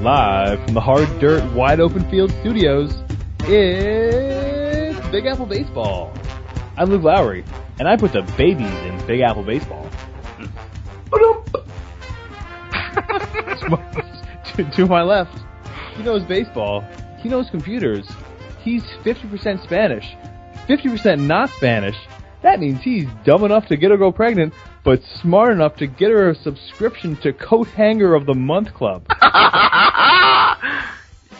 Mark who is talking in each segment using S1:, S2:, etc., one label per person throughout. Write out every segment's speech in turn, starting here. S1: live from the Hard Dirt Wide Open Field Studios, it's Big Apple Baseball. I'm Luke Lowry, and I put the babies in Big Apple Baseball. to, to my left, he knows baseball, he knows computers, he's 50% Spanish, 50% not Spanish. That means he's dumb enough to get her go pregnant, but smart enough to get her a subscription to Coat Hanger of the Month Club.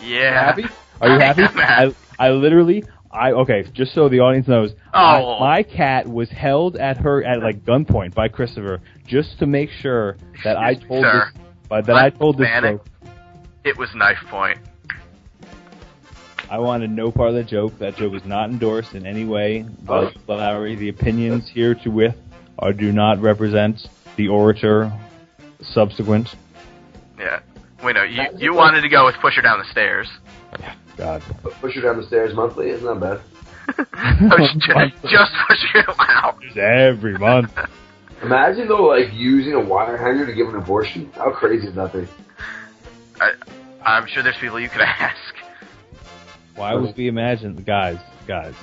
S2: yeah.
S1: happy? Are you
S2: I
S1: happy?
S2: am happy.
S1: I, I literally, I okay. Just so the audience knows, I-
S2: Oh.
S1: my cat was held at her at like gunpoint by Christopher just to make sure that I
S2: Excuse me,
S1: told
S2: sir.
S1: this, uh, that I
S2: I'm
S1: told this
S2: Hispanic.
S1: joke.
S2: It was knife point.
S1: I wanted no part of the joke. That joke was not endorsed in any way by
S2: Oh.
S1: Lowry. The opinions herewith are do not represent the orator subsequent.
S2: Yeah. We know you.
S3: That was
S2: You
S3: a-
S2: wanted to go with push her down the stairs.
S1: God.
S3: Push her down the stairs monthly. It's not bad.
S2: I was just, Oh, just push her out.
S1: It's Every month.
S3: Imagine though, like using a wire hanger to give an abortion. How crazy is that thing?
S2: I, I'm sure there's people you could ask.
S1: Why would we imagine, guys, guys?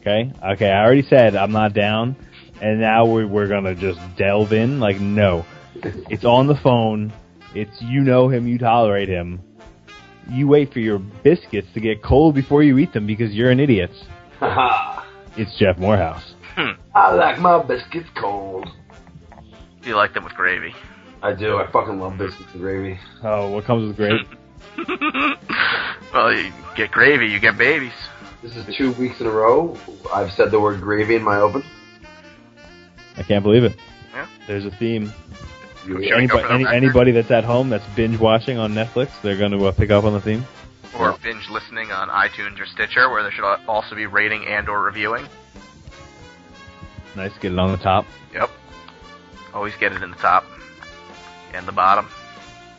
S1: Okay, okay. I already said I'm not down, and now we're we're gonna just delve in. Like, no, it's on the phone. It's you know him, you tolerate him. You wait for your biscuits to get cold before you eat them because you're an idiot.
S3: Haha.
S1: It's Jeff Morehouse.
S3: I like my biscuits cold.
S2: Do you like them with gravy?
S3: I do. I fucking love biscuits and gravy.
S1: Oh, what comes with grape?
S2: well, you get gravy, you get babies.
S3: This is two weeks in a row. I've said the word gravy in my open.
S1: I can't believe it.
S2: Yeah.
S1: There's a theme.
S2: I'm sure you go
S1: Anybody,
S2: for the
S1: any,
S2: record.
S1: anybody that's at home that's binge watching on Netflix, they're going to uh, pick up on the theme.
S2: or binge listening on iTunes or Stitcher, where there should al- also be rating and or reviewing.
S1: Nice, get it on the top.
S2: Yep. Always get it in the top and the bottom.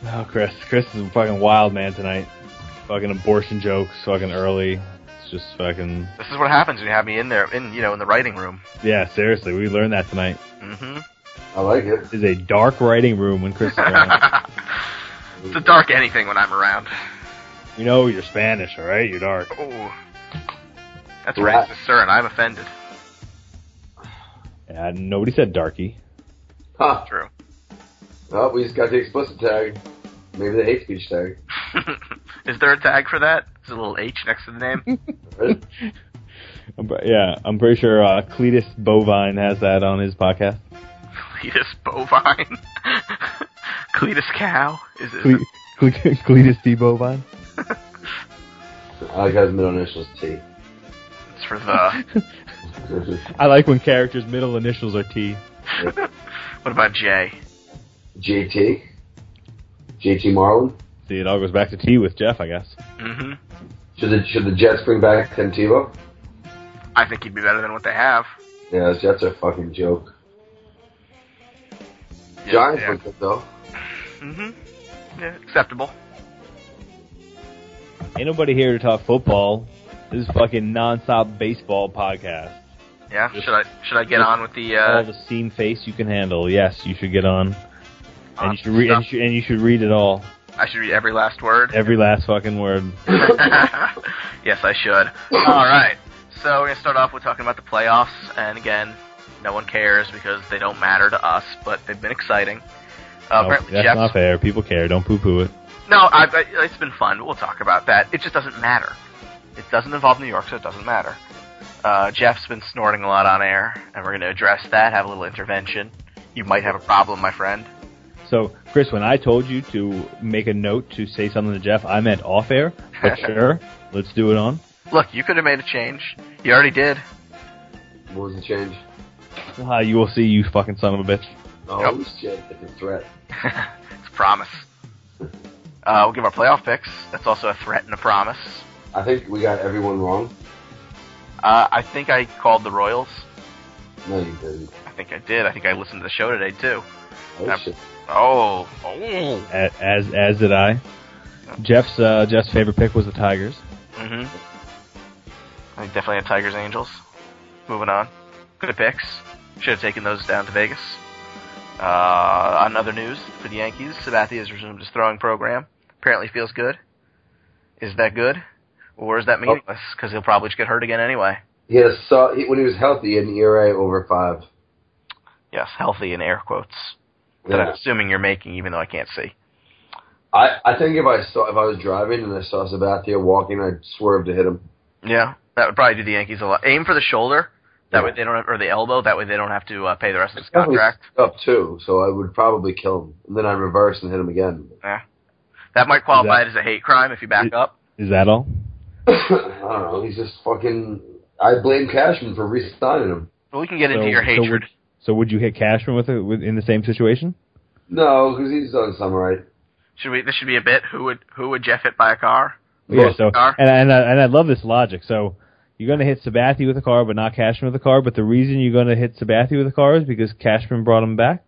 S1: Oh, Chris. Chris is a fucking wild man tonight. Fucking abortion jokes, fucking early. It's just fucking.
S2: This is what happens when you have me in there, in you know, in the writing room.
S1: Yeah, seriously, we learned that tonight.
S2: hmm
S3: I like it.
S1: This is a dark writing room when Chris is around.
S2: it's a dark anything when I'm around.
S1: you know you're Spanish, alright? You're dark.
S2: Oh, that's
S3: Right.
S2: racist, sir, and I'm offended.
S1: Yeah, nobody said darky.
S3: Huh.
S2: True.
S3: Well, Oh, we just got the explicit tag. Maybe the hate speech tag.
S2: is there a tag for that? Is a little H next to the
S1: Mm-hmm.
S2: name?
S3: Right?
S1: I'm pre- yeah, I'm pretty sure uh, Cletus Bovine has that on his podcast.
S2: Cletus bovine. Cletus cow. Is it?
S1: Cle- Cle- Cletus D. Bovine?
S3: I like how his middle initials T.
S2: It's for the.
S1: I like when characters' middle initials are T.
S2: What about J?
S3: JT. JT Marlin.
S1: See, it all goes back to T with Jeff, I guess.
S2: hmm
S3: Should the should the Jets bring back Tim Tebow?
S2: I think he'd be better than what they have.
S3: Yeah, those Jets are a fucking joke.
S2: Yeah,
S3: Giants
S2: yeah.
S3: look good though.
S2: hmm Yeah, acceptable.
S1: Ain't nobody here to talk football. This is fucking nonstop baseball podcast.
S2: Yeah.
S1: Just-
S2: should I should I get
S1: just
S2: on with the
S1: all
S2: uh,
S1: the seam face you can handle. Yes, you should get on, and
S2: on
S1: you should read, and,
S2: stuff?
S1: you should- and you should read it all,
S2: I should read every last word.
S1: every last fucking word.
S2: yes, I should. All right. So we're gonna start off with talking about the playoffs, and again, no one cares because they don't matter to us, but they've been exciting. Uh,
S1: No,
S2: apparently,
S1: that's
S2: Jeff's-
S1: not fair. People care. Don't poo-poo it.
S2: No, I, I, it's been fun. We'll talk about that. It just doesn't matter. It doesn't involve New York, so it doesn't matter. Uh, Jeff's been snorting a lot on air, and we're going to address that, have a little intervention. You might have a problem, my friend.
S1: So, Chris, when I told you to make a note to say something to Jeff, I meant off air. But sure, let's do it on.
S2: Look, you could have made a change. You already did.
S3: What was the change?
S1: Ah, you will see, you fucking son of a bitch.
S3: Oh,
S2: Yep.
S3: this shit, it's a threat.
S2: it's a promise. Uh, we'll give our playoff picks. That's also a threat and a promise.
S3: I think we got everyone wrong.
S2: Uh, I think I called the Royals.
S3: No, you didn't.
S2: I think I did. I think I listened to the show today, too.
S3: Oh
S2: Yep.
S3: shit.
S2: Oh. Oh.
S1: A- As as did I. Jeff's uh, Jeff's favorite pick was the Tigers.
S2: hmm I definitely had Tigers Angels. Moving on. Good picks. Should have taken those down to Vegas. Uh, on other news for the Yankees, Sabathia has resumed his throwing program. apparently feels good. Is that good? Or is that meaningless? Because he'll probably just get hurt again anyway.
S3: He had a so- he, when he was healthy, he had an ERA over five.
S2: Yes, healthy in air quotes that I'm
S3: Yeah.
S2: assuming you're making, even though I can't see.
S3: I, I think if I saw if I was driving and I saw Sabathia walking, I'd swerve to hit him.
S2: Yeah, that would probably do the Yankees a lot. Aim for the shoulder. That
S3: Yeah.
S2: way they don't, have, or the elbow. That way they don't have to uh, pay the rest of his
S3: Probably
S2: contract.
S3: up too, so I would probably kill him, and then I'd reverse and hit him again.
S2: That might qualify it as a hate crime if you back
S1: It-
S2: up.
S1: Is that all?
S3: I don't know. He's just fucking. I blame Cashman for re-signing him.
S2: But we can get into
S1: So-
S2: your
S1: so
S2: hatred.
S1: would- So would you hit Cashman with, it with in the same situation?
S3: No, because he's done some right.
S2: Should we? This should be a bit. Who would who would Jeff hit by a car?
S1: Yeah. So
S2: car.
S1: and I- and I, and I love this logic. So you're going to hit Sabathia with a car, but not Cashman with a car. But the reason you're going to hit Sabathia with a car is because Cashman brought him back,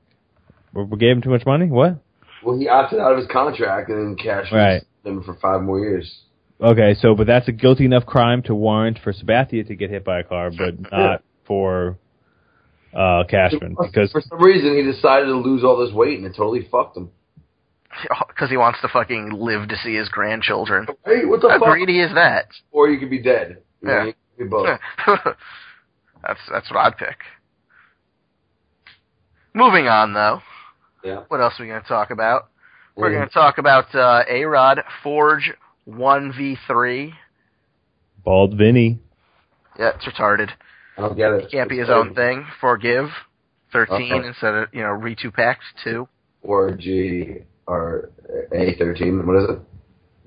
S1: or gave him too much money. What?
S3: Well, he opted out of his contract, and then Cashman
S1: Right.
S3: signed him for five more years.
S1: Okay. So, but that's a guilty enough crime to warrant for Sabathia to get hit by a car, but not for uh Cashman because
S3: for some reason he decided to lose all this weight, and it totally fucked him.
S2: Because he wants to fucking live to see his grandchildren.
S3: Hey, what the
S2: How
S3: fuck?
S2: greedy is that?
S3: Or you could be dead. You know,
S2: Yeah.
S3: you could be both.
S2: that's that's what I'd pick. Moving on though.
S3: Yeah.
S2: What else are we going to talk about? We're
S1: Mm-hmm.
S3: Yeah.
S2: going to talk about uh, A Rod Forge One V Three.
S1: Bald Vinny.
S2: Yeah, it's retarded.
S3: I don't get
S2: It
S3: it.
S2: can't be his own thing. Forgive. 13
S3: Uh-huh.
S2: instead of, you know, Retupac 2.
S3: Or G or A thirteen. What is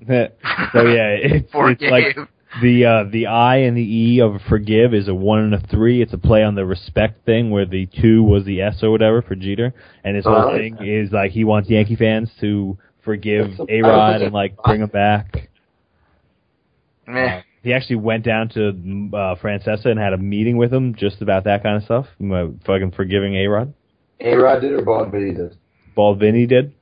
S3: it?
S1: so yeah, it's, it's
S2: Forgive.
S1: like the uh, the I and the E of forgive is a one and a three. It's a play on the respect thing where the two was the S or whatever for Jeter, and his whole
S3: Oh.
S1: thing is like he wants Yankee fans to forgive
S3: That's a-
S1: A Rod and like bring him back.
S2: Meh.
S1: He actually went down to uh, Francesa and had a meeting with him just about that kind of stuff. uh, Fucking forgiving A Rod.
S3: A Rod did or Bald Vinny did.
S1: Bald Vinny did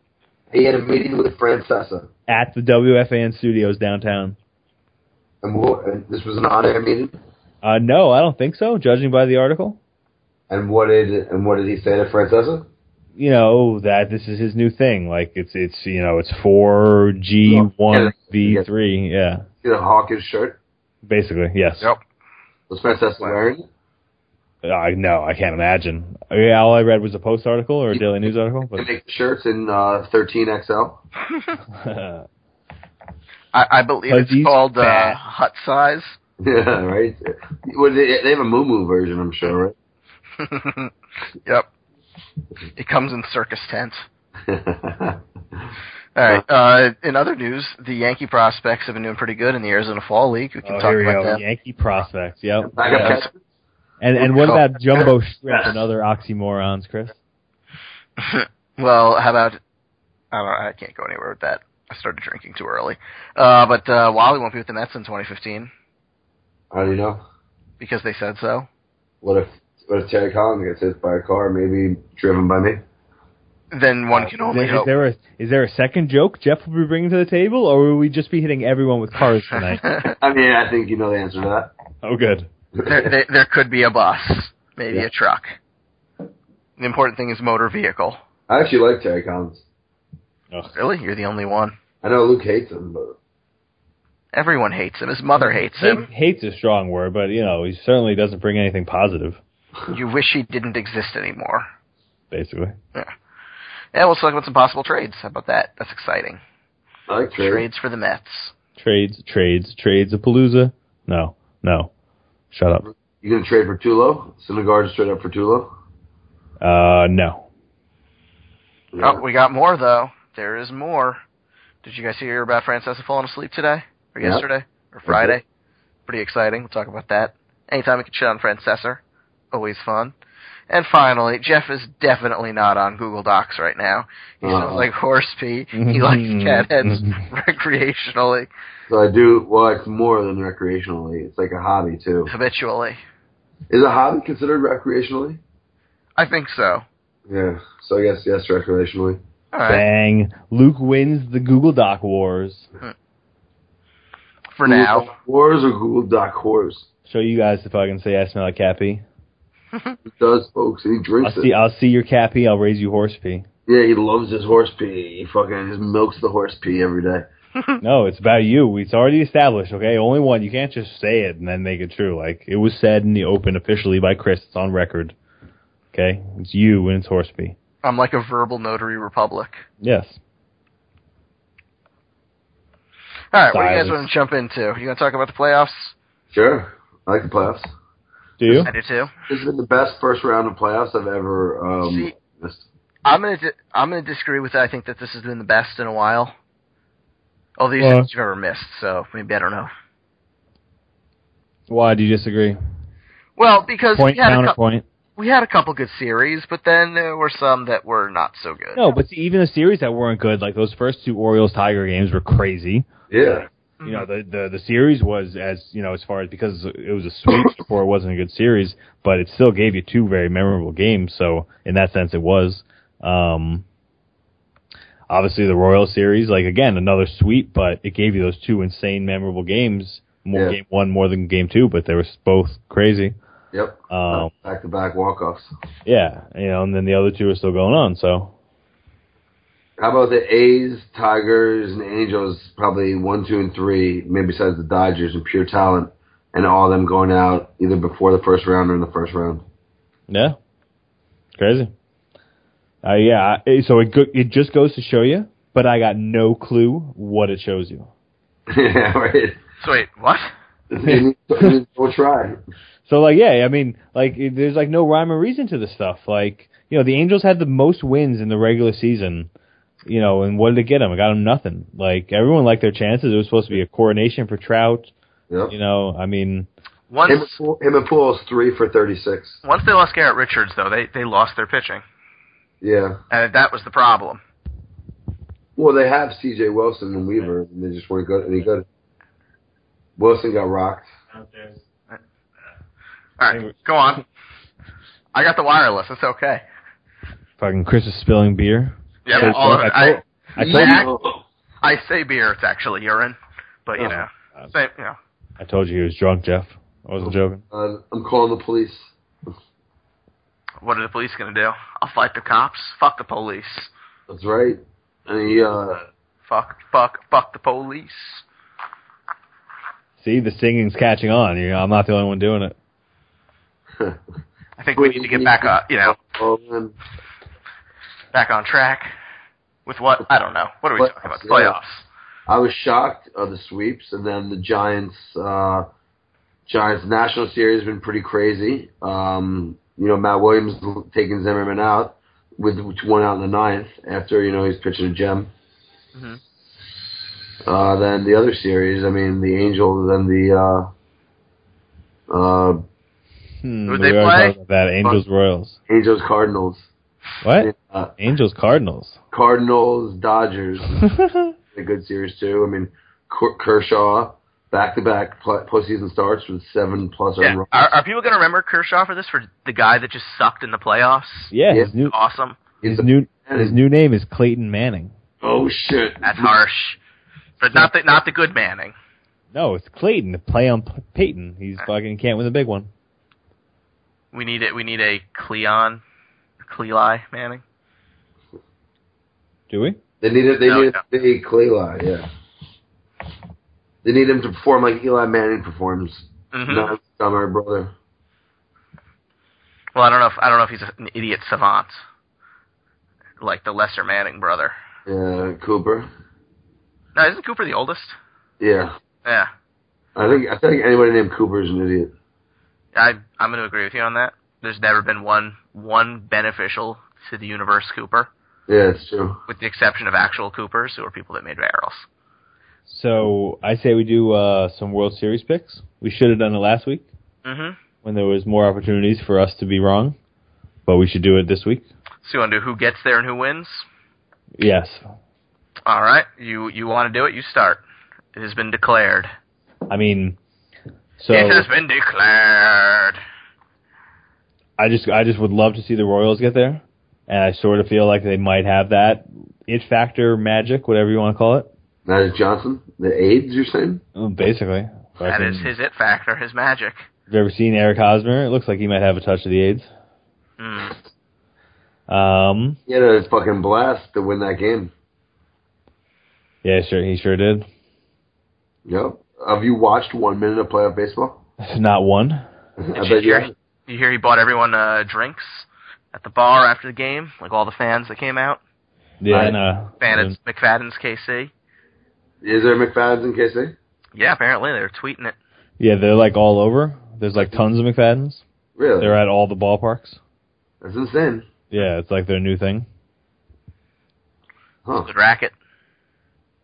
S3: He had a meeting with Francesa.
S1: at the WFAN studios downtown.
S3: And what, and this was an on-air meeting.
S1: Uh, no, I don't think so. Judging by the article.
S3: And what did and what did he say to Francesa?
S1: you know that this is his new thing. Like it's it's you know it's four G one V three. Yeah,
S3: He had a Hawkins shirt.
S1: basically yes.
S2: Yep.
S3: Was Francesa wearing it?
S1: I no, I can't imagine. Yeah, all I read was a post article or a Daily News article,
S3: They make shirts in uh, 13XL.
S1: but
S2: I, I believe
S1: But
S2: it's
S1: these-
S2: called uh,
S1: Bad.
S2: Hut Size.
S3: Yeah, right. Well, they, they have a Moo Moo version, I'm sure, right?
S2: yep. It comes in circus tents.
S3: yeah,
S2: All right. Uh, in other news, the Yankee prospects have been doing pretty good in the Arizona Fall League. We can
S1: oh,
S2: talk
S1: here we
S2: about
S1: go.
S2: that.
S1: Yankee prospects. Yep.
S2: Yeah.
S3: Backup catcher.
S1: And and what
S2: Oh.
S1: about Jumbo Shrimp and other oxymorons, Chris?
S2: well, how about? I don't. I can't go anywhere with that. I started drinking too early. Uh, but uh, Wally won't be with the Mets in 2015
S3: I don't know.
S2: because they said so.
S3: What if what if Terry Collins gets hit by a car, maybe driven by me?
S2: Then one can only
S1: is,
S2: hope.
S1: Uh, there a is there a second joke Jeff will be bringing to the table, or will we just be hitting everyone with cars tonight?
S3: I mean, I think you know the answer to
S1: oh, good.
S2: there,
S3: that.
S2: there, there could be a bus, maybe
S1: Yeah.
S2: a truck. The important thing is motor vehicle.
S3: I actually like Terry Collins.
S2: Really, you're the only one.
S3: I know Luke hates him, but
S2: Everyone hates him. His mother hates
S1: Hate,
S2: him.
S1: hate's a strong word, but you know he certainly doesn't bring anything positive.
S2: You wish he didn't exist anymore.
S1: basically.
S2: Yeah, we'll talk about some possible trades. How about that? That's exciting.
S3: I like Terry.
S2: Trades for the Mets.
S1: Trades, trades, trades a palooza. No, no. Shut up.
S3: You gonna trade for Tulo? Syndergaard straight up for Tulo?
S1: Uh, no.
S2: Oh, we got more though. There is more. Did you guys hear about Francesa falling asleep today or
S3: Yeah.
S2: yesterday or Friday? Pretty exciting. We'll talk about that. Anytime we can shit on Francesa, always fun. And finally, Jeff is definitely not on Google Docs right now. He sounds
S3: Uh-uh.
S2: like horse pee. He likes cat heads recreationally,
S3: So I do. Well, it's more than recreationally. It's like a hobby too.
S2: habitually.
S3: Is a hobby considered recreationally?
S2: I think so.
S3: Yeah. So I guess yes, recreationally.
S2: All right,
S1: Bang! Luke wins the Google Doc wars.
S2: for
S3: Google
S2: now.
S3: Doc Wars or Google Doc Whores?
S1: Show you guys if I can say I smell like cat pee.
S3: He does, folks, and he
S1: I'll
S3: drinks
S1: see.
S3: it.
S1: I'll see your cat pee. I'll raise you horse pee.
S3: Yeah, he loves his horse pee. He fucking just milks the horse pee every day.
S1: No, it's about you. It's already established, okay? Only one. You can't just say it and then make it true. Like, it was said in the open officially by Chris. It's on record. Okay? It's you and it's Horseby.
S2: I'm like a verbal notary republic.
S1: Yes.
S2: All right, what do you guys
S1: Silence.
S2: want to jump into? You going to talk about the playoffs?
S3: Sure. I like the playoffs.
S1: Do you?
S2: I do too.
S3: This has been the best first round of playoffs I've ever um,
S2: See-
S3: missed.
S2: I'm going to I'm going to disagree with that. I think that this has been the best in a while. All these
S1: Why?
S2: things you've ever missed, so maybe I don't know.
S1: Why do you disagree?
S2: Well, because
S1: Point,
S2: we had a cou-
S1: counterpoint.
S2: we had a couple good series, but then there were some that were not so good.
S1: No, but see, even the series that weren't good, like those first two Orioles Tiger games were crazy.
S3: Yeah.
S1: You know, the, the the series was as you know, as far as because it was a sweep before it wasn't a good series, but it still gave you two very memorable games. So in that sense, it was. Um, obviously, the Royal series, like again, another sweep, but it gave you those two insane memorable games. More
S3: Yeah.
S1: game one, more than game two, but they were both crazy.
S3: Yep.
S1: Um,
S3: Back to back walk offs.
S1: yeah, you know, and then the other two are still going on. So
S3: How about the A's, Tigers, and Angels? Probably one, two, and three, maybe besides the Dodgers and pure talent, and all of them going out either before the first round or in the first round.
S1: Yeah, crazy. Uh, yeah, I- so it go, it just goes to show you, but I got no clue what it shows you.
S3: yeah, right.
S2: So wait, what?
S3: We'll try.
S1: So like, yeah, I mean, like, it- there's like no rhyme or reason to this stuff. Like, you know, the Angels had the most wins in the regular season. You know, and what did it get them? It got them nothing. Like everyone liked their chances. It was supposed to be a coronation for Trout.
S3: Yep.
S1: You know, I mean,
S2: Once
S3: Him, and Poole- him and Poole's three for 36.
S2: once they lost Garrett Richards, though, they they lost their pitching,
S3: Yeah.
S2: and that was the problem.
S3: Well, they have C.J. Wilson and Weaver, and they just weren't good. Any good. Wilson got rocked.
S2: All right, go on. I got the wireless. It's okay.
S1: fucking Chris is spilling beer.
S2: Yeah,
S1: Hey,
S2: all of it.
S1: I
S2: I,
S1: told- I told,
S2: Zach- I say beer. It's actually urine, but you
S3: Oh.
S2: know,
S1: Uh,
S2: same. You know.
S1: I told you he was drunk, Jeff. I wasn't joking.
S3: Uh, I'm calling the police.
S2: What are the police gonna do? I'll fight the cops. Fuck the police.
S3: That's right. And he, uh,
S2: Fuck, fuck, fuck the police.
S1: See, the singing's catching on. You know, I'm not the only one doing it.
S2: I think we need to get back on, you know,
S3: oh, man.
S2: back on track. With what? I don't know. What are we
S3: Playoffs,
S2: talking about?
S3: yeah.
S2: Playoffs.
S3: I was shocked of the sweeps, and then the Giants. Uh, Giants national series has been pretty crazy. Um, you know, Matt Williams taking Zimmerman out with one out in the ninth after you know he's pitching a gem.
S2: Mhm.
S3: Uh, then the other series, I mean, the Angels and the uh, uh,
S1: Hmm,
S2: Who'd
S1: we
S2: they
S1: already
S2: play?
S1: talked about that Angels Royals.
S3: Angels Cardinals.
S1: What?
S3: Uh,
S1: Angels Cardinals.
S3: Cardinals Dodgers.
S1: yeah,
S3: a good series too. I mean, K- Kershaw back to back postseason starts with seven plus
S2: Yeah.
S3: earned runs.
S2: Are, are people gonna remember Kershaw for this? For the guy that just sucked in the playoffs?
S1: his new
S2: Awesome.
S1: his
S3: a-
S1: new
S3: and
S1: his new name is Clayton Manning.
S3: oh shit,
S2: That's harsh. But not the not the good Manning.
S1: No, it's Clayton. The play on P- Peyton. He's fucking can't win the big one.
S2: We need it. We need a Cleon, Cleli Manning.
S1: Do we?
S3: They need it. They
S2: No,
S3: need a big Clayla. Yeah, they need him to perform like Eli Manning performs.
S2: hmm
S3: Not summer brother.
S2: Well, I don't know. If, I don't know if he's an idiot savant, like the lesser Manning brother.
S3: Yeah, Cooper.
S2: No, isn't Cooper the oldest?
S3: Yeah,
S2: Yeah,
S3: I think I think anybody named Cooper is an idiot.
S2: I I'm going to agree with you on that. There's never been one one beneficial to the universe Cooper,
S3: Yeah, it's true.
S2: with the exception of actual Coopers, who are people that made barrels.
S1: So I say we do uh, some World Series picks. We should have done it last week
S2: Mm-hmm.
S1: when there was more opportunities for us to be wrong, but we should do it this week.
S2: So you want to do who gets there and who wins?
S1: Yes,
S2: All right, you you want to do it? You start. It has been declared.
S1: I mean, so
S2: It has been declared.
S1: I just I just would love to see the Royals get there, and I sort of feel like they might have that it factor magic, whatever you want to call it.
S3: That is Johnson. The AIDS, you're saying?
S1: Oh, Basically,
S2: That is his it factor, his magic.
S1: Have you ever seen Eric Hosmer? It looks like he might have a touch of the AIDS.
S2: Mm.
S1: Um,
S3: He had a fucking blast to win that game.
S1: Yeah, sure. He sure did.
S3: Yep. Have you watched one minute of playoff baseball?
S1: Not one.
S3: I
S2: Did you
S3: bet you.
S2: hear, you hear he bought everyone uh, drinks at the bar after the game, like all the fans that came out.
S1: Yeah, uh,
S3: I-
S1: no.
S2: Bandits, McFadden's KC.
S3: Is there McFadden's in KC?
S2: Yeah, apparently they were tweeting it.
S1: Yeah, they're like all over. There's like tons of McFaddens.
S3: Really?
S1: They're at all the ballparks.
S3: That's insane.
S1: Yeah, it's like their new thing.
S3: Huh.
S2: Good racket.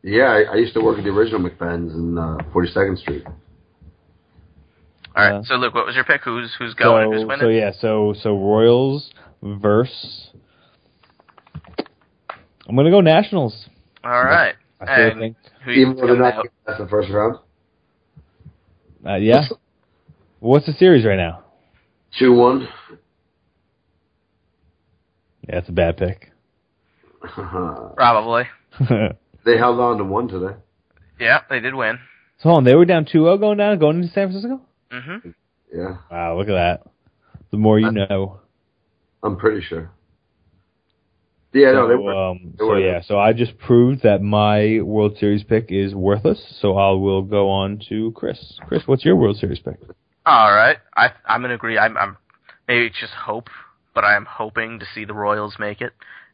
S3: Yeah, I, I used to work at the original McFadden's in uh, 42nd Street.
S2: All right.
S1: Yeah.
S2: so Luke, what was your pick? Who's who's going? and
S1: so,
S2: who's winning?
S1: so yeah, so so Royals verse. I'm gonna go Nationals.
S2: All right.
S1: I still
S2: And
S1: think.
S2: who you
S3: Even
S2: think's
S3: though they're
S2: coming
S3: not
S2: out?
S3: that's the first round.
S1: Uh, yeah. What's the series right now?
S3: Two one.
S1: Yeah, it's a bad pick.
S2: Probably.
S1: so
S3: they held on to one today.
S2: Yeah, they did win.
S1: hold on, they were down 2-0 going down, going into San Francisco.
S2: Mm-hmm.
S3: Yeah,
S1: Wow, look at that. The more you know.
S3: I'm pretty sure. Yeah, no, they
S1: So,
S3: were.
S1: um,
S3: They
S1: so
S3: were.
S1: yeah, so I just proved that my World Series pick is worthless. So I will go on to Chris. Chris, what's your World Series pick?
S2: All right. I I'm gonna agree. I'm I'm maybe it's just hope, but I'm hoping to see the Royals make it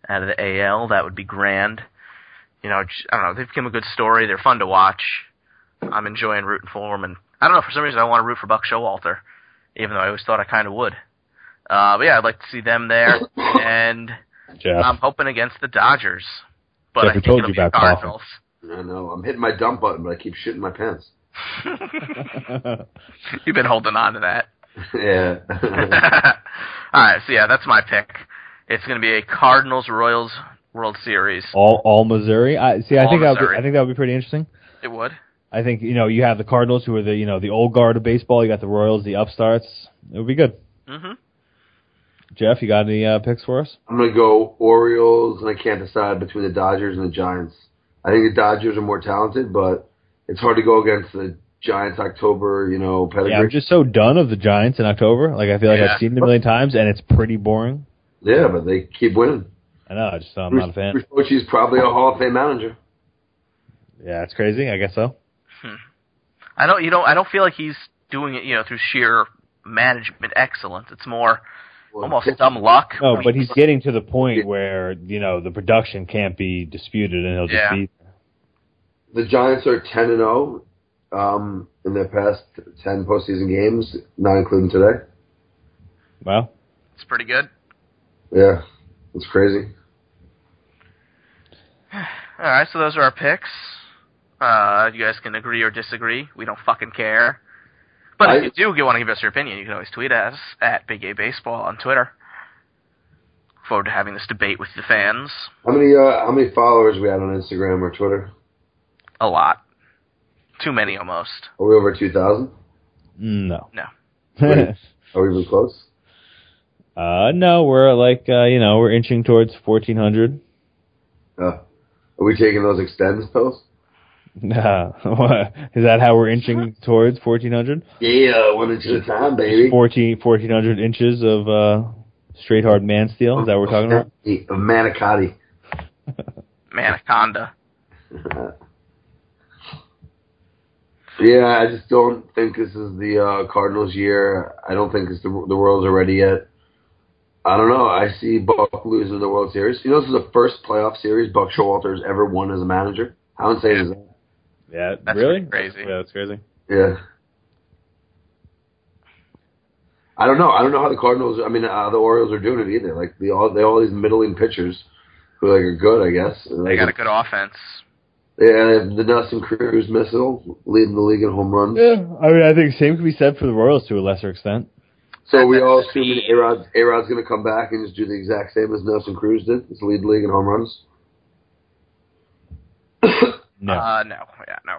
S2: out of the AL. That would be grand. You know, j- I don't know. They've become a good story. They're fun to watch. I'm enjoying rooting for them, and I don't know for some reason I want to root for Buck Showalter, even though I always thought I kind of would. Uh, but yeah, I'd like to see them there, and
S1: Jeff.
S2: I'm hoping against the Dodgers.
S1: Jeff,
S2: But I
S1: we
S2: think
S1: told
S2: it'll
S1: you
S2: be the
S1: about coughing.
S2: Cardinals.
S3: I know. I'm hitting my dump button, but I keep shitting my pants. Um,
S2: You've been holding on to that.
S3: yeah.
S2: All right, so yeah, that's my pick. It's going to be a Cardinals Royals World Series.
S1: all all Missouri. I see. I
S2: All
S1: think that would be,
S2: Missouri.
S1: I think that would be pretty interesting.
S2: It would.
S1: I think you know you have the Cardinals who are the you know the old guard of baseball. You got the Royals, the upstarts. It would be good.
S2: hmm
S1: Jeff, you got any uh, picks for us?
S3: I'm gonna go Orioles, and I can't decide between the Dodgers and the Giants. I think the Dodgers are more talented, but it's hard to go against the Giants. October, you know, pedigree.
S1: Yeah, I'm just so done of the Giants in October. Like I feel like
S2: Yeah.
S1: I've seen it a million times, and it's pretty boring.
S3: Yeah, but they keep winning.
S1: I know. I just I'm
S3: Bruce,
S1: not a fan.
S3: Bruce Bochy's probably a Hall of Fame manager.
S1: Yeah, it's crazy. I guess so.
S2: I don't. You don't. I don't feel like he's doing it. You know, through sheer management excellence. It's more
S3: Well,
S2: almost dumb luck.
S1: No, but he's getting to the point where you know the production can't be disputed, and he'll just
S2: Yeah.
S1: be.
S3: the Giants are ten and zero um, in their past ten postseason games, not including today.
S1: Well,
S2: It's pretty good.
S3: Yeah, it's crazy.
S2: All right, so those are our picks. Uh, you guys can agree or disagree. We don't fucking care. But if
S3: I-
S2: you do you want to give us your opinion, you can always tweet us at Big A Baseball on Twitter. Forward to having this debate with the fans
S3: How many uh, how many followers we had on Instagram or Twitter?
S2: a lot. Too many almost.
S3: Are we over two thousand?
S1: no.
S2: No.
S3: Wait. Are we even close?
S1: uh, no, we're like uh, you know we're inching towards 1400.
S3: Uh, are we taking those extends pills?
S1: Nah. What? Is that how we're inching towards 1400?
S3: Yeah, one inch at a time, baby.
S1: 14, 1400 inches of uh, straight hard man steel? Is that what we're talking about?
S3: Of manicotti.
S2: Manaconda.
S3: Yeah, I just don't think this is the uh, Cardinals' year. I don't think it's the the Royals are ready yet. I don't know. I see Buck losing the World Series. You know, this is the first playoff series Buck Showalter has ever won as a manager. How insane is that?
S1: Yeah,
S2: That's
S1: really?
S2: pretty crazy.
S1: Yeah, that's crazy.
S3: Yeah. I don't know. I don't know how the Cardinals. I mean, uh, the Orioles are doing it either. Like the all they all these middling pitchers who like are good, I guess.
S2: They
S3: Like,
S2: got a good offense.
S3: yeah, the Nelson Cruz missile leading the league in home runs.
S1: Yeah, I mean, I think same could be said for the Royals to a lesser extent.
S3: So we all
S2: That's the-
S3: assuming A-Rod's, A-Rod's going to come back and just do the exact same as Nelson Cruz did, just lead the league in home runs.
S1: No.
S2: Uh, no, yeah, no.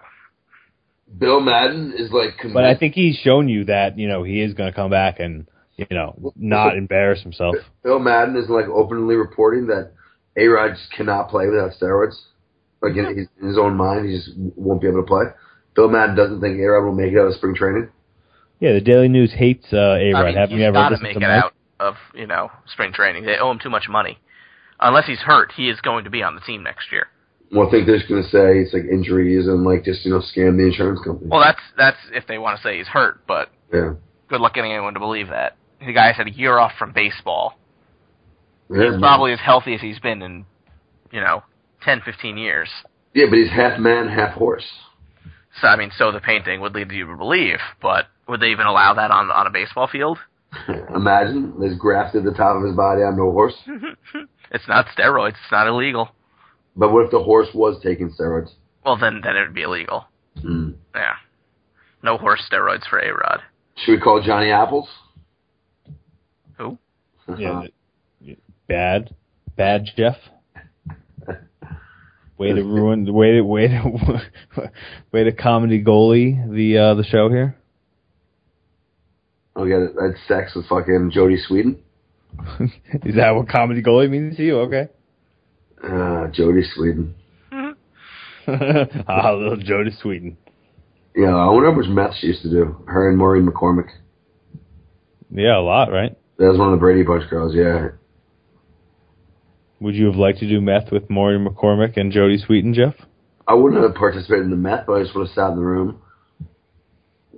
S3: Bill Madden is like, convinced-
S1: but I think he's shown you that, you know, he is going to come back and, you know, not embarrass himself.
S3: Bill Madden is like openly reporting that A-Rod just cannot play without steroids. Like
S2: Mm-hmm.
S3: in his, in his own mind, he just won't be able to play. Bill Madden doesn't think A-Rod will make it out of spring training.
S1: Yeah, the Daily News hates uh,
S2: I
S1: A-Rod.
S2: mean,
S1: Haven't
S2: he's
S1: you ever
S2: got to
S1: listened
S2: make
S1: to
S2: it
S1: Mike?
S2: out of you know spring training. They owe him too much money. Unless he's hurt, he is going to be on the team next year.
S3: Well, I think they're just going to say it's like injuries and like just you know scam the insurance company.
S2: Well, that's that's if they want to say he's hurt, but
S3: yeah,
S2: good luck getting anyone to believe that. The guy's had a year off from baseball.
S3: yeah,
S2: He's probably as healthy as he's been in, you know, 10, 15 years.
S3: yeah, but he's half man, half horse.
S2: So I mean, so the painting would lead you to believe, but would they even allow that on on a baseball field?
S3: Imagine there's grafted the top of his body onto a horse.
S2: It's not steroids. It's not illegal.
S3: But what if the horse was taking steroids?
S2: Well, then then it would be illegal.
S3: Hmm.
S2: Yeah, no horse steroids for A Rod.
S3: Should we call Johnny Apples? Uh-huh.
S2: Who?
S1: Yeah. Bad, bad Jeff. Way to ruin the way to way to way to comedy goalie the uh, the show here.
S3: Oh, yeah, that's sex with fucking Jody Sweden.
S1: Is that what comedy goalie means to you? Okay.
S3: Uh, Jody Sweden.
S1: ah, little Jody Sweden.
S3: Yeah, I wonder how much meth she used to do. Her and Maureen McCormick.
S1: Yeah, a lot, right?
S3: That was one of the Brady Bunch girls. Yeah,
S1: Would you have liked to do meth with Maury McCormick and Jody Sweeten, Jeff?
S3: I wouldn't have participated in the meth, but I just would have sat in the room,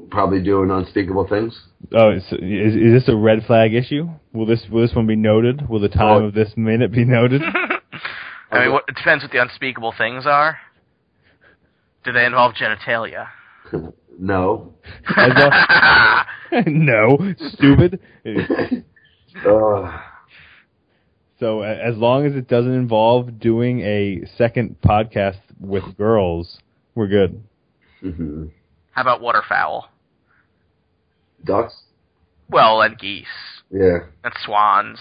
S3: probably doing unspeakable things.
S1: Oh, is, is, is this a red flag issue? Will this will this one be noted? Will the time
S3: Oh.
S1: of this minute be noted?
S2: I mean, what, it depends what the unspeakable things are. Do they involve genitalia?
S3: No.
S1: As a- no, stupid.
S3: Uh,
S1: So a- as long as it doesn't involve doing a second podcast with girls, we're good.
S3: mhm.
S2: How about waterfowl?
S3: Ducks.
S2: Well, and geese
S3: Yeah.
S2: and swans.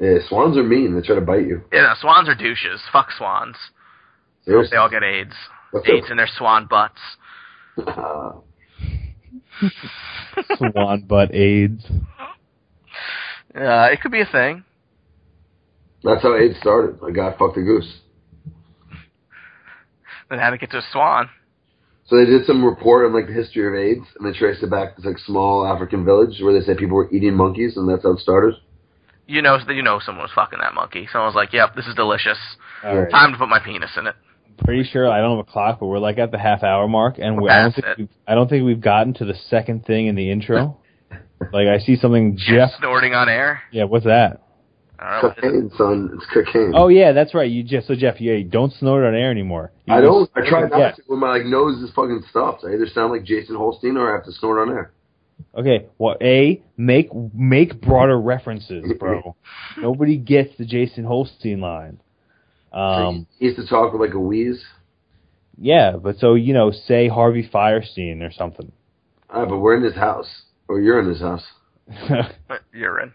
S3: Yeah. Swans are mean. They try to bite you.
S2: You know, swans are douches. Fuck swans.
S3: Seriously.
S2: They all get AIDS.
S3: That's
S2: AIDS
S3: it.
S2: in their swan butts.
S3: Uh,
S1: Swan butt AIDS.
S2: Uh, it could be a thing.
S3: that's how AIDS started. A guy fucked a goose.
S2: Then how to get to a swan?
S3: So they did some report on like the history of AIDS, and they traced it back to this, like small African village where they said people were eating monkeys, and that's how it started.
S2: You know, you know, someone was fucking that monkey. Someone was like, "Yep, this is delicious.
S1: All right.
S2: Time to put my penis in it."
S1: Pretty sure I don't have a clock, but we're like at the half hour mark, and we, I don't
S2: That's
S1: think
S2: it.
S1: we've, I don't think we've gotten to the second thing in the intro. like I see something Jeff.
S2: Snorting on air.
S1: Yeah, what's that?
S2: I don't know. what it is.
S3: Cocaine, son. It's cocaine.
S1: Oh yeah, that's right. You Jeff. So Jeff, yeah, you don't snort on air anymore. You
S3: I
S1: just-
S3: don't. I try not
S1: yeah.
S3: to when my like nose is fucking stuffed. I either sound like Jason Holstein or I have to snort on air.
S1: Okay. Well, a make make broader references, bro. Nobody gets the Jason Holstein line. Um.
S3: he used to talk with like a wheeze.
S1: Yeah, but so you know, say Harvey Firestein or something.
S3: Ah, but we're in his house, or you're in his house.
S2: But Urine.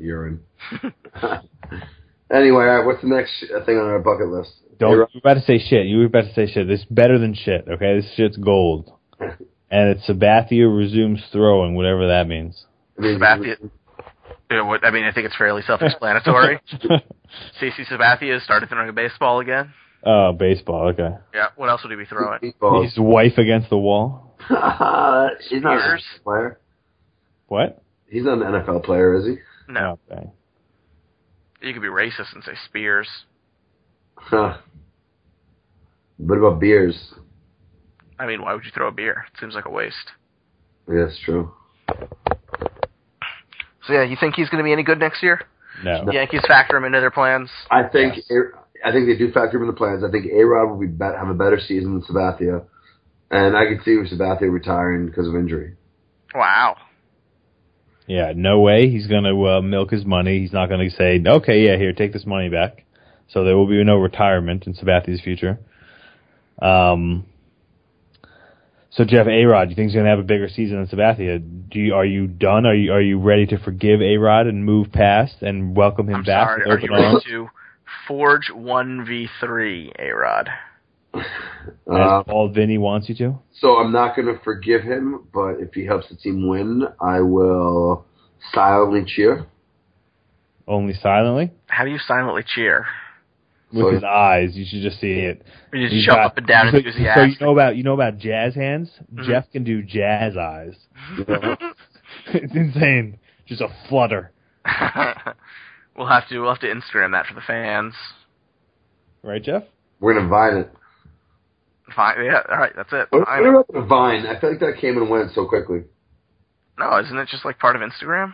S3: You're in. anyway, all right, what's the next sh- thing on our bucket list?
S1: don't.
S3: Hey,
S1: You
S3: Rob,
S1: were about to say shit. You were about to say shit. This is better than shit. Okay, this shit's gold. And it's Sabathia resumes throwing, whatever that means.
S3: I mean,
S2: Sabathia. Yeah, what- I mean, I think it's fairly self-explanatory. CC Sabathia has started throwing a baseball again.
S1: oh, baseball. Okay.
S2: Yeah. What else would he be throwing?
S3: Meatballs.
S1: His wife against the wall.
S3: He's not an
S2: Spears.
S3: NFL player.
S1: What?
S3: He's not an NFL player, is he?
S2: No.
S1: Okay.
S2: You could be racist and say spears.
S3: Huh. What about beers?
S2: I mean, why would you throw a beer? It seems like a waste.
S3: Yeah, that's true.
S2: So yeah, you think he's going to be any good next year?
S1: No.
S2: The Yankees factor him into their plans.
S3: I think
S1: Yes.
S3: A- I think they do factor in the plans. I think A Rod will be bet- have a better season than Sabathia, and I could see Sabathia retiring because of injury.
S2: Wow.
S1: Yeah, no way. He's going to uh, milk his money. He's not going to say, okay, yeah, here, take this money back. So there will be no retirement in Sabathia's future. Um, so Jeff Arod, you think he's going to have a bigger season than Sabathia? Do you, are you done? Are you are you ready to forgive Arod and move past and welcome him
S2: I'm
S1: back
S2: sorry.
S1: with
S2: Are you
S1: open
S2: ready
S1: arms?
S2: to forge one v three, A Rod?
S3: Uh,
S1: As Paul Vinny wants you to.
S3: so I'm not going to forgive him, but if he helps the team win, I will silently cheer.
S1: Only silently
S2: How do you silently cheer?
S1: with
S3: So-
S1: his eyes. You should just see it.
S2: You just
S1: He's
S2: jump
S1: got-
S2: up and down
S1: so, so you
S2: enthusiastic. Mm-hmm.
S1: know about you know about jazz hands. Jeff can do jazz eyes. it's insane. Just a flutter,
S2: we'll have to we'll have to Instagram that for the fans.
S1: right, Jeff?
S3: We're gonna vine it.
S2: Fine. Yeah. All right. That's it.
S3: What,
S2: I
S3: what
S2: know.
S3: about the vine? I feel like that came and went so quickly.
S2: No, isn't it just like part of Instagram?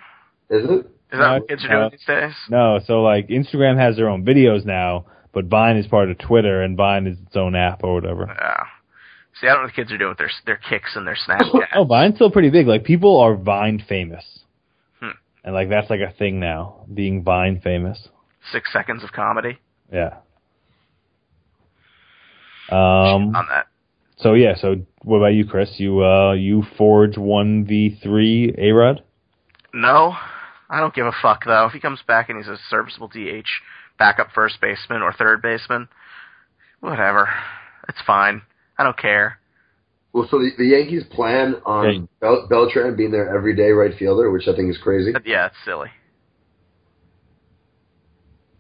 S3: Isn't it?
S2: Is that
S1: No,
S2: what kids are
S1: no.
S2: doing these days?
S1: No, so like Instagram has their own videos now, but Vine is part of Twitter, and Vine is its own app or whatever.
S2: Yeah. See, I don't know what the kids are doing with their their kicks and their Snapchat.
S1: Oh, Vine's still pretty big. Like people are Vine famous,
S2: Hmm.
S1: and like that's like a thing now, being Vine famous.
S2: Six seconds of comedy
S1: Yeah. Um.
S2: on that.
S1: So yeah. So what about you, Chris? You uh you forge one v three A Rod.
S2: No, I don't give a fuck though. If he comes back and he's a serviceable DH, backup first baseman or third baseman, whatever, it's fine. I don't care.
S3: Well, so the, the Yankees plan on
S1: Right.
S3: Bel- Beltran being their everyday right fielder, which I think is crazy.
S2: But yeah, it's silly.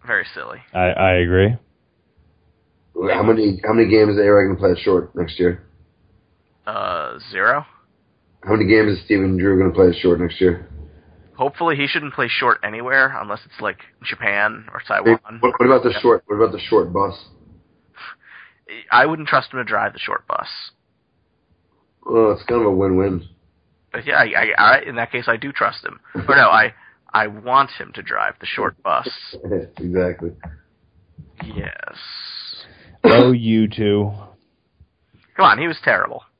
S2: Very silly.
S1: I I agree.
S3: How many how many games is A-Rod going to play at short next year?
S2: Uh, zero.
S3: How many games is Steven Drew going to play at short next year?
S2: Hopefully, he shouldn't play short anywhere unless it's like Japan or
S3: What,
S2: Taiwan.
S3: what about the short? What about the short bus?
S2: I wouldn't trust him to drive the short bus.
S3: Well, Oh, it's kind of a win-win.
S2: But yeah, I, I, I, in that case, I do trust him. Or Oh, no, I I want him to drive the short bus.
S3: exactly.
S2: Yes.
S1: Oh, you two.
S2: Come on, he was terrible.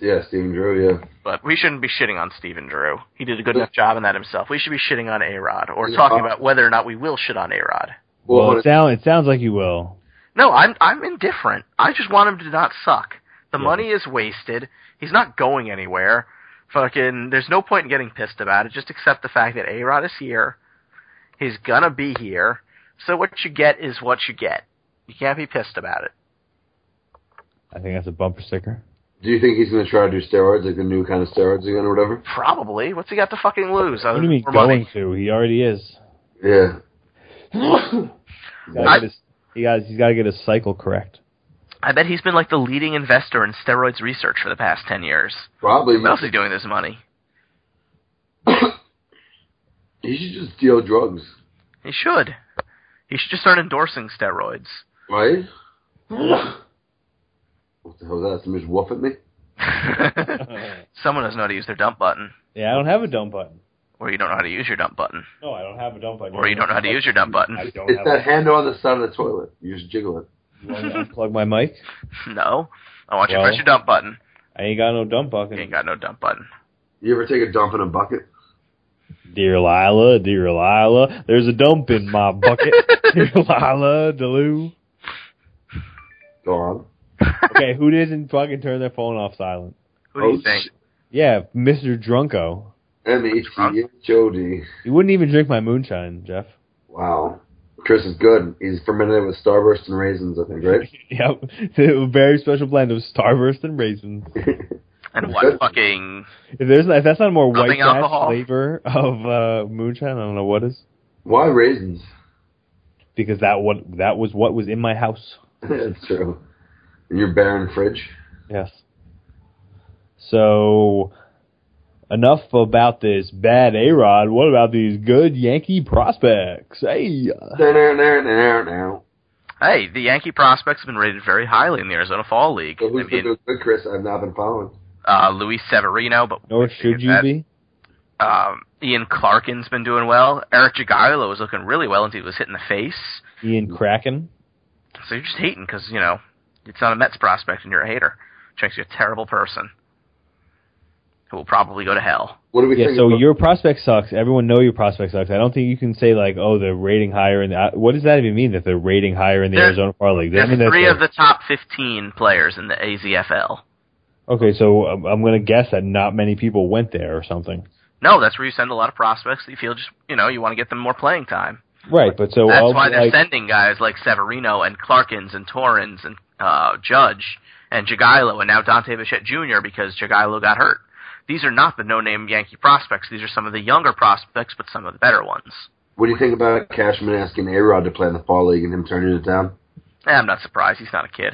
S3: Yeah, Steven Drew. Yeah.
S2: But we shouldn't be shitting on Steven Drew. He did a good enough job in that himself. We should be shitting on A Rod or
S3: Yeah.
S2: talking about whether or not we will shit on A Rod.
S1: Well,
S3: on
S1: it sounds it sounds like you will.
S2: No, I'm I'm indifferent. I just want him to not suck. The
S1: Yeah.
S2: money is wasted. He's not going anywhere. Fucking, there's no point in getting pissed about it. Just accept the fact that A Rod is here. He's gonna be here. So what you get is what you get. You can't be pissed about it.
S1: I think that's a bumper sticker.
S3: do you think he's going to try to do steroids, like the new kind of steroids again or whatever?
S2: Probably. What's he got to fucking lose?
S1: What do you mean
S2: More
S1: going
S2: money.
S1: to? He already is.
S3: Yeah.
S1: He's gotta
S2: I-
S1: get his- he got he's got to get his cycle correct.
S2: I bet he's been like the leading investor in steroids research for the past ten years.
S3: Probably.
S2: What else is he doing with his money?
S3: He should just deal drugs,
S2: He should. He should just start endorsing steroids.
S3: right? what the hell is that? Somebody just woof at me?
S2: Someone doesn't know how to use their dump button,
S1: Yeah, I don't have a dump button.
S2: or you don't know how to use your dump button.
S1: No, I don't have a dump button.
S2: Or you don't know how to use your dump button.
S1: I don't
S3: It's
S1: have
S3: that
S1: a,
S3: handle on the side of the toilet. You just jiggle it.
S1: you want me to unplug my mic.
S2: No, I want you to
S1: Well.
S2: press your dump button.
S1: I ain't got no dump
S2: You ain't
S1: button.
S2: got no dump button.
S3: You ever take a dump in a bucket?
S1: Dear Lila, dear Lila, there's a dump in my bucket. dear Lila, Delou.
S3: Go on.
S1: Okay, who didn't fucking turn their phone off silent?
S2: Who do
S3: Oh,
S2: you think?
S3: shit.
S1: Yeah, Mr. Drunko.
S3: M-E-T-H-O-D.
S1: He wouldn't even drink my moonshine, Jeff.
S3: Wow. Chris is good. He's fermented with Starburst and raisins, I think, right?
S1: Yep, a very special blend of Starburst and raisins.
S2: And what fucking?
S1: If there's if that's not more white
S2: Nothing
S1: trash
S2: alcohol.
S1: flavor of uh, moonshine, I don't know what is.
S3: Why raisins?
S1: Because that what that was what was in my house.
S3: That's true. In your barren fridge.
S1: Yes. So enough about this bad A Rod. What about these good Yankee prospects? Hey, uh,
S3: Now,
S2: Hey, the Yankee prospects have been rated very highly in the Arizona Fall League.
S3: So
S2: I
S3: who's been
S2: mean,
S3: doing good, Chris? I've not been following.
S2: uh, Luis Severino, but
S1: nor should you
S2: that-
S1: be.
S2: Um, Ian Clarkin's been doing well. Eric Jagailo was looking really well until he was hit in the face.
S1: Ian Kraken.
S2: So you're just hating because you know it's not a Mets prospect and you're a hater, which makes you a terrible person who will probably go to hell.
S3: What do we
S1: Yeah.
S3: think?
S1: So
S3: about-
S1: your prospect sucks. Everyone know your prospect sucks. I don't think you can say like, oh, they're rating higher in. The, uh, what does that even mean that they're rating higher in the
S2: They're-
S1: Arizona Fall League? Does
S2: They're
S1: that mean that
S2: three
S1: they're-
S2: of the top 15 players in the AZFL.
S1: Okay, so um, I'm, I'm going to guess that not many people went there or something.
S2: No, that's where you send a lot of prospects that you feel just you know you want to get them more playing time.
S1: Right, but so
S2: That's
S1: all
S2: why they're
S1: like,
S2: sending guys like Severino and Clarkins and Torrens and uh, Judge and Jagailo and now Dante Bichette Jr. because Jagailo got hurt. These are not the no-name Yankee prospects. These are some of the younger prospects, but some of the better ones.
S3: what do you think about Cashman asking A Rod to play in the fall league and him turning it down?
S2: Eh, I'm not surprised. He's not a kid.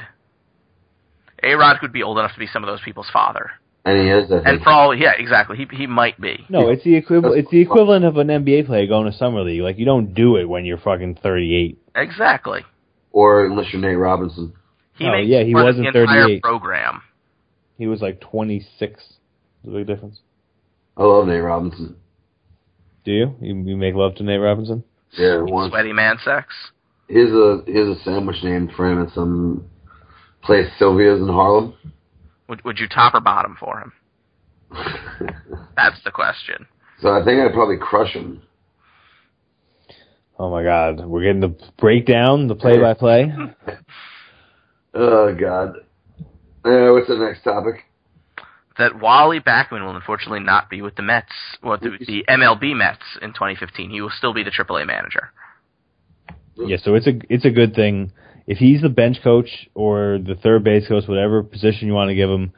S2: A Rod could be old enough to be some of those people's father.
S3: And he is, I think.
S2: And for all, yeah, exactly. He he might be.
S1: no, it's the equivalent.
S3: That's-
S1: It's the equivalent of an NBA player going to summer league. Like you don't do it when you're fucking 38.
S2: Exactly.
S3: or unless you're Nate Robinson.
S2: He
S1: Oh,
S2: makes
S1: yeah, he
S2: more than
S1: wasn't
S2: the entire
S1: 38.
S2: program.
S1: He was like 26. The big difference.
S3: I love Nate Robinson.
S1: Do you? You, you make love to Nate Robinson?
S3: Yeah, one.
S2: Sweaty man sex.
S3: Here's a here's a sandwich named for him at some place Sylvia's in Harlem.
S2: Would, would you top or bottom for him? That's the question.
S3: so I think I'd probably crush him.
S1: Oh my God, we're getting the breakdown, the play-by-play.
S3: Oh God. Uh, what's the next topic?
S2: That Wally Backman will unfortunately not be with the Mets, well, the, the MLB Mets in 2015. He will still be the AAA manager.
S1: Yeah, so it's a it's a good thing if he's the bench coach or the third base coach, whatever position you want to give him.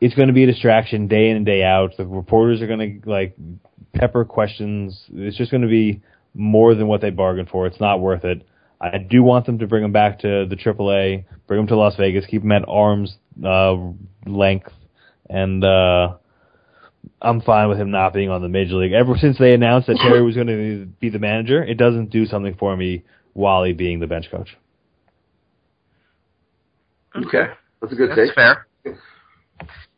S1: It's going to be a distraction day in and day out. The reporters are going to like pepper questions. It's just going to be more than what they bargained for. It's not worth it. I do want them to bring him back to the AAA, bring him to Las Vegas, keep him at arm's uh, length, and uh, I'm fine with him not being on the major league. Ever since they announced that Terry was going to be the manager, it doesn't do something for me. Wally being the bench coach.
S3: Okay, that's a good
S2: That's
S3: take.
S2: fair.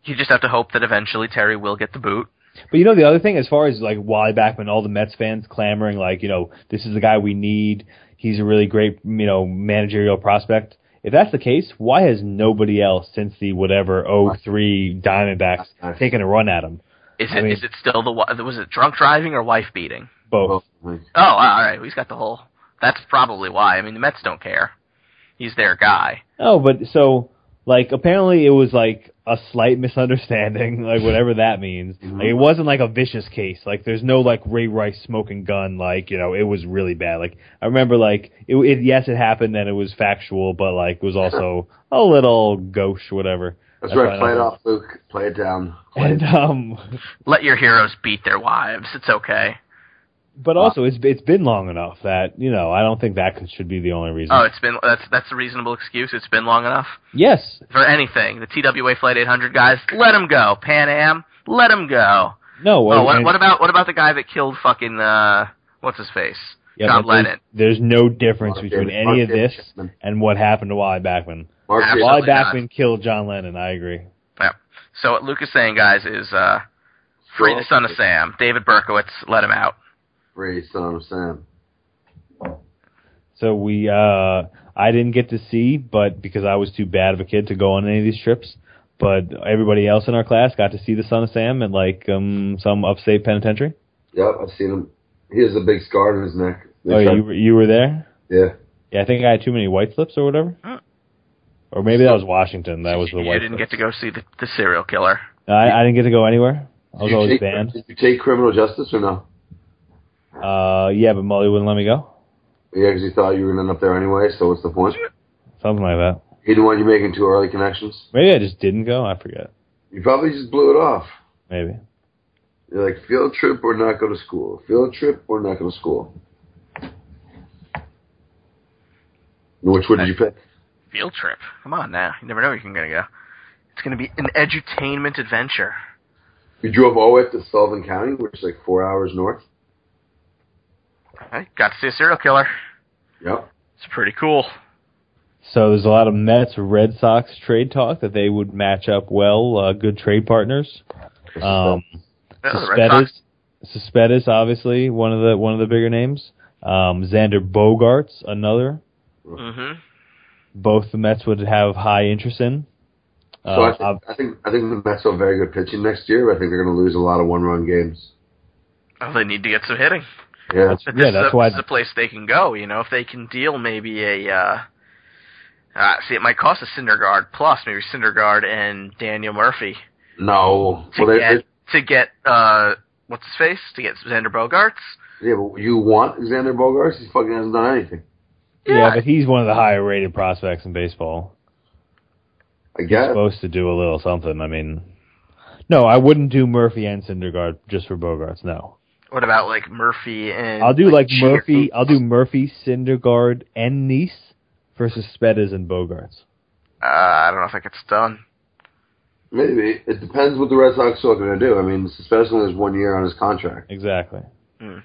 S2: You just have to hope that eventually Terry will get the boot.
S1: But you know the other thing, as far as like Wally Backman, all the Mets fans clamoring like, you know, this is the guy we need. He's a really great, you know, managerial prospect. If that's the case, why has nobody else since the whatever '03 Diamondbacks taken a run at him?
S2: Is
S1: I
S2: it?
S1: mean-
S2: Is it still the wi- was it drunk driving or wife beating?
S1: Both.
S2: Oh, all right. He's got the whole. That's probably why. I mean, the Mets don't care. He's their guy.
S1: Oh, but so like apparently it was like a slight misunderstanding, like whatever that means.
S3: Mm-hmm.
S1: Like, it wasn't like a vicious case. Like there's no like Ray Rice smoking gun. Like you know it was really bad. Like I remember like it, it yes it happened and it was factual, but like it was also a little gauche whatever.
S3: That's
S1: why
S3: right.
S1: I
S3: Play it
S1: don't-
S3: off, Luke. Play it down.
S1: And um,
S2: Let your heroes beat their wives. It's okay.
S1: but also it's it's been long enough that you know I don't think that could, should be the only reason.
S2: Oh, it's been that's that's a reasonable excuse. It's been long enough
S1: yes,
S2: for anything. The TWA Flight 800 guys, let him go. Pan Am, let him go.
S1: no.
S2: Oh, what,
S1: and-
S2: what about what about the guy that killed fucking uh what's his face?
S1: yeah,
S2: John
S1: but there's-
S2: Lennon.
S1: There's no difference
S3: Mark
S1: between
S3: David-
S1: any
S3: Mark
S1: of
S3: David
S1: this
S3: Chapman.
S1: and what happened to Wally Backman.
S3: Mark
S2: Absolutely.
S3: Davis.
S1: Why
S2: not.
S1: Backman killed John Lennon? I agree.
S2: Yeah. So what Luke is saying, guys, is uh free the son of Sam. David Berkowitz, let him out.
S3: Free son of Sam.
S1: So we, uh, I didn't get to see, but because I was too bad of a kid to go on any of these trips, but everybody else in our class got to see the Son of Sam at like um, some upstate penitentiary.
S3: Yep, I've seen him. He has a big scar on his neck. They
S1: Oh,
S3: tried-
S1: you were- you were there?
S3: yeah.
S1: Yeah, I think I had too many white slips or whatever.
S2: Huh.
S1: Or maybe that was Washington. That was the
S2: you
S1: white.
S2: didn't
S1: slips.
S2: get to go see the, the serial killer.
S1: No, I, I didn't get to go anywhere. I was
S3: Did you
S1: always
S3: take-
S1: banned.
S3: Did you take criminal justice or no?
S1: Uh, yeah, but Molly wouldn't let me go.
S3: Yeah, because he thought you were going to end up there anyway, so what's the point?
S1: Something like that.
S3: He didn't want you making too early connections.
S1: Maybe I just didn't go. I forget.
S3: You probably just blew it off.
S1: Maybe.
S3: You're like, field trip or not go to school. Field trip or not go to school. Which one did you pick?
S2: Field trip. Come on now. You never know where you're gonna go. It's gonna be an edutainment adventure.
S3: You drove all the way up to Sullivan County, which is like four hours north.
S2: I got to see a serial killer.
S3: Yep.
S2: It's pretty cool.
S1: So there's a lot of Mets Red Sox trade talk that they would match up well, uh, good trade partners. Um,
S2: Oh, the Red
S1: Suspettis,
S2: Sox.
S1: Suspettis, obviously one of the one of the bigger names. Um, Xander Bogarts, another.
S2: Mm-hmm.
S1: Both the Mets would have high interest in.
S3: so
S1: Uh,
S3: I, think, I think I think the Mets have very good pitching next year, but I think they're going to lose a lot of one-run games.
S2: Oh, they need to get some hitting.
S3: Yeah.
S1: That's-
S2: But
S1: Yeah,
S2: this is a,
S1: why-
S2: this is a place they can go. You know, if they can deal maybe a. Uh, uh, see, it might cost a Syndergaard plus maybe Syndergaard and Daniel Murphy
S3: No.
S2: to
S3: Well, they,
S2: get to get uh, what's his face to get Xander Bogarts.
S3: yeah, but you want Xander Bogarts? He fucking hasn't done anything.
S1: yeah.
S2: yeah.
S1: but he's one of the higher rated prospects in baseball.
S3: I guess.
S1: Supposed to do a little something. I mean, no, I wouldn't do Murphy and Syndergaard just for Bogarts. No.
S2: What about like Murphy and?
S1: I'll do like
S2: Cheer-
S1: Murphy. I'll do Murphy, Syndergaard, and Nice versus Spedas and Bogarts.
S2: Uh, I don't know if I gets done.
S3: Maybe it depends what the Red Sox are going to do. I mean, Suspenseful is one year on his contract.
S1: Exactly.
S2: Hmm.